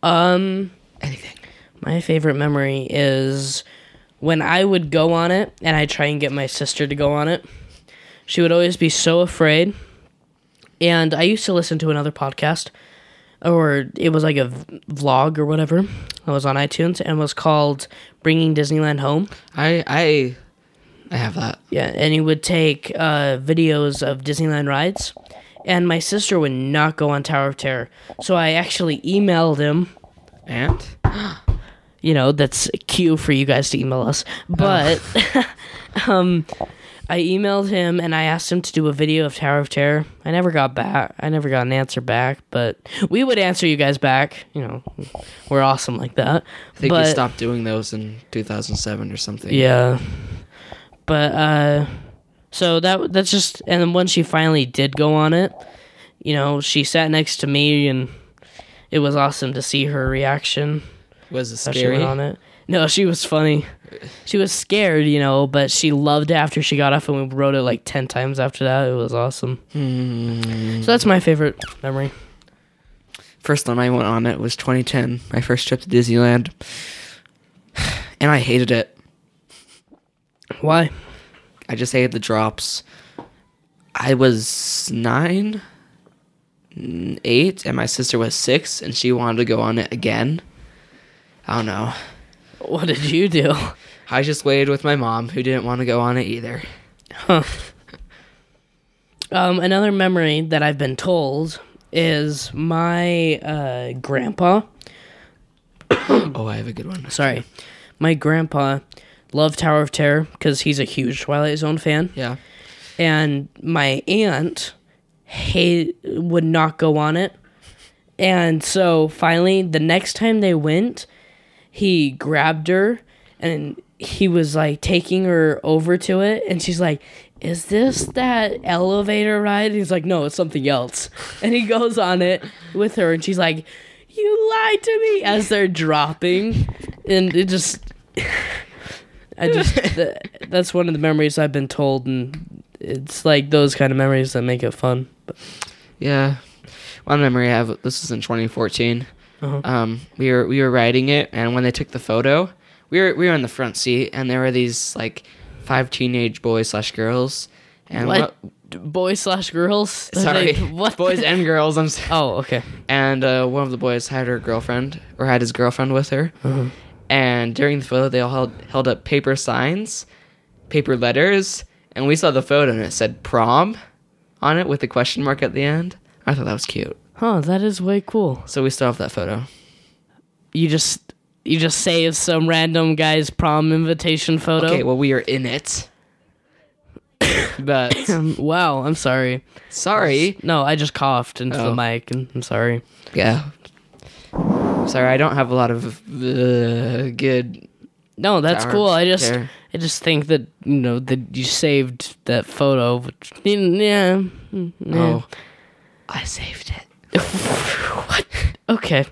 Speaker 3: Um,
Speaker 4: Anything.
Speaker 3: my favorite memory is when I would go on it, and I try and get my sister to go on it. She would always be so afraid. And I used to listen to another podcast, or it was like a v- vlog or whatever that was on iTunes, and was called "Bringing Disneyland Home."
Speaker 4: I I I have that.
Speaker 3: Yeah, and he would take uh, videos of Disneyland rides, and my sister would not go on Tower of Terror. So I actually emailed him.
Speaker 4: And Oh.
Speaker 3: You know, that's a cue for you guys to email us. But um, I emailed him and I asked him to do a video of Tower of Terror. I never got back. I never got an answer back, but we would answer you guys back. You know, we're awesome like that.
Speaker 4: I think
Speaker 3: but,
Speaker 4: he stopped doing those in 2007 or something.
Speaker 3: Yeah, but uh, so that that's just and then when she finally did go on it, you know, she sat next to me and it was awesome to see her reaction.
Speaker 4: Was it
Speaker 3: that she went
Speaker 4: scary?
Speaker 3: on it. No, she was funny. She was scared, you know, but she loved it after she got off, and we wrote it like ten times after that. It was awesome. So that's my favorite memory.
Speaker 4: First time I went on it was 2010, my first trip to Disneyland. And I hated it.
Speaker 3: Why?
Speaker 4: I just hated the drops. I was nine, n- eight, and my sister was six, and she wanted to go on it again. I don't know.
Speaker 3: What did you do?
Speaker 4: I just waited with my mom, who didn't want to go on it either.
Speaker 3: Um, another memory that I've been told is my uh, grandpa.
Speaker 4: Oh, I have a good one.
Speaker 3: Sorry, my grandpa loved Tower of Terror because he's a huge Twilight Zone fan.
Speaker 4: Yeah.
Speaker 3: and my aunt hate, would not go on it. And so finally, the next time they went, he grabbed her and he was like taking her over to it. And she's like, Is this that elevator ride? And he's like, No, it's something else. And he goes on it with her. And she's like, You lied to me as they're dropping. And it just. I just th- that's one of the memories I've been told, and it's like those kind of memories that make it fun. But
Speaker 4: Yeah. One memory I have this is in 2014.
Speaker 3: Uh-huh.
Speaker 4: Um, we were we were riding it, and when they took the photo, we were we were in the front seat, and there were these like five teenage boys slash girls, and
Speaker 3: what,
Speaker 4: one-
Speaker 3: boys slash girls? Are
Speaker 4: sorry,
Speaker 3: they- what
Speaker 4: boys and girls. I'm sorry.
Speaker 3: Oh, okay.
Speaker 4: and uh, one of the boys had her girlfriend or had his girlfriend with her.
Speaker 3: Uh-huh.
Speaker 4: And during the photo, they all held, held up paper signs, paper letters, and we saw the photo and it said prom on it with a question mark at the end. I thought that was cute.
Speaker 3: Huh? That is way cool.
Speaker 4: So we still have that photo.
Speaker 3: You just you just save some random guy's prom invitation photo.
Speaker 4: Okay, well, we are in it. but
Speaker 3: Um, wow, I'm sorry.
Speaker 4: sorry.
Speaker 3: No, I just coughed into
Speaker 4: Oh.
Speaker 3: the mic, and I'm sorry.
Speaker 4: Yeah. Sorry, I don't have a lot of uh, good.
Speaker 3: No, that's
Speaker 4: Tower
Speaker 3: cool.
Speaker 4: of
Speaker 3: I just
Speaker 4: Terror.
Speaker 3: I just think that you know that you saved that photo. Which, yeah, mm, yeah.
Speaker 4: Oh, I saved it
Speaker 3: What? Okay.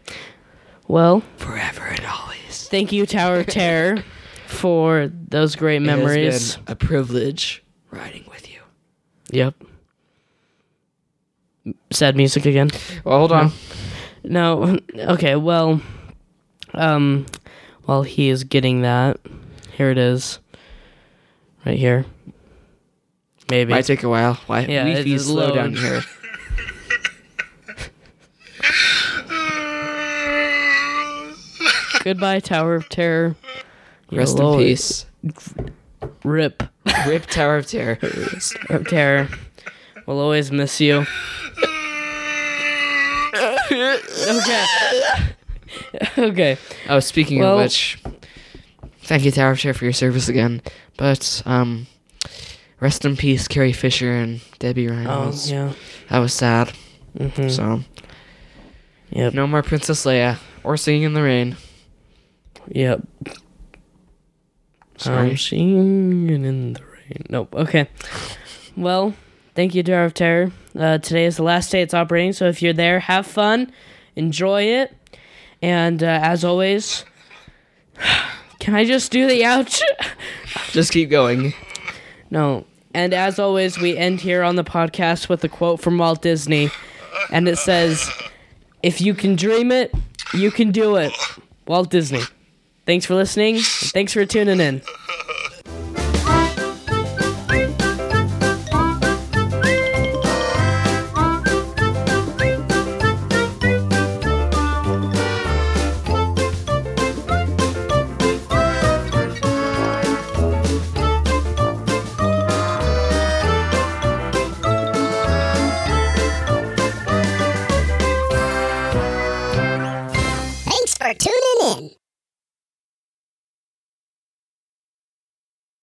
Speaker 3: Well,
Speaker 4: forever and always.
Speaker 3: thank you, Tower of Terror, for those great
Speaker 4: It
Speaker 3: memories.
Speaker 4: has been a privilege riding with you.
Speaker 3: Yep. Sad music again.
Speaker 4: Well, hold on.
Speaker 3: No. Okay. Well, um, while he is getting that, here it is, right here. Maybe.
Speaker 4: Might take a while. Why?
Speaker 3: Yeah,
Speaker 4: we
Speaker 3: it
Speaker 4: we
Speaker 3: is
Speaker 4: slow
Speaker 3: low.
Speaker 4: down here.
Speaker 3: Goodbye, Tower of Terror. Your
Speaker 4: Rest in
Speaker 3: lord.
Speaker 4: peace.
Speaker 3: Rip.
Speaker 4: Rip Tower of Terror.
Speaker 3: Tower of Terror. We'll always miss you. okay. okay.
Speaker 4: oh, speaking
Speaker 3: Well-
Speaker 4: of which, thank you, Tower of Terror, for your service again. But um, rest in peace, Carrie Fisher and Debbie Ryan.
Speaker 3: Oh
Speaker 4: was-
Speaker 3: yeah. Mm-hmm.
Speaker 4: That was sad. So
Speaker 3: Yep.
Speaker 4: no more Princess Leia or Singing in the Rain.
Speaker 3: Yep.
Speaker 4: Sorry.
Speaker 3: I'm singing in the rain. Nope. Okay. Well, thank you, Tower of Terror. Uh, today is the last day it's operating, so if you're there, have fun, enjoy it, and uh, as always, can I just do the ouch?
Speaker 4: Just keep going.
Speaker 3: No. And as always, we end here on the podcast with a quote from Walt Disney. And it says, If you can dream it, you can do it. Walt Disney. Thanks for listening. and Thanks for tuning in.
Speaker 6: Thanks for tuning in.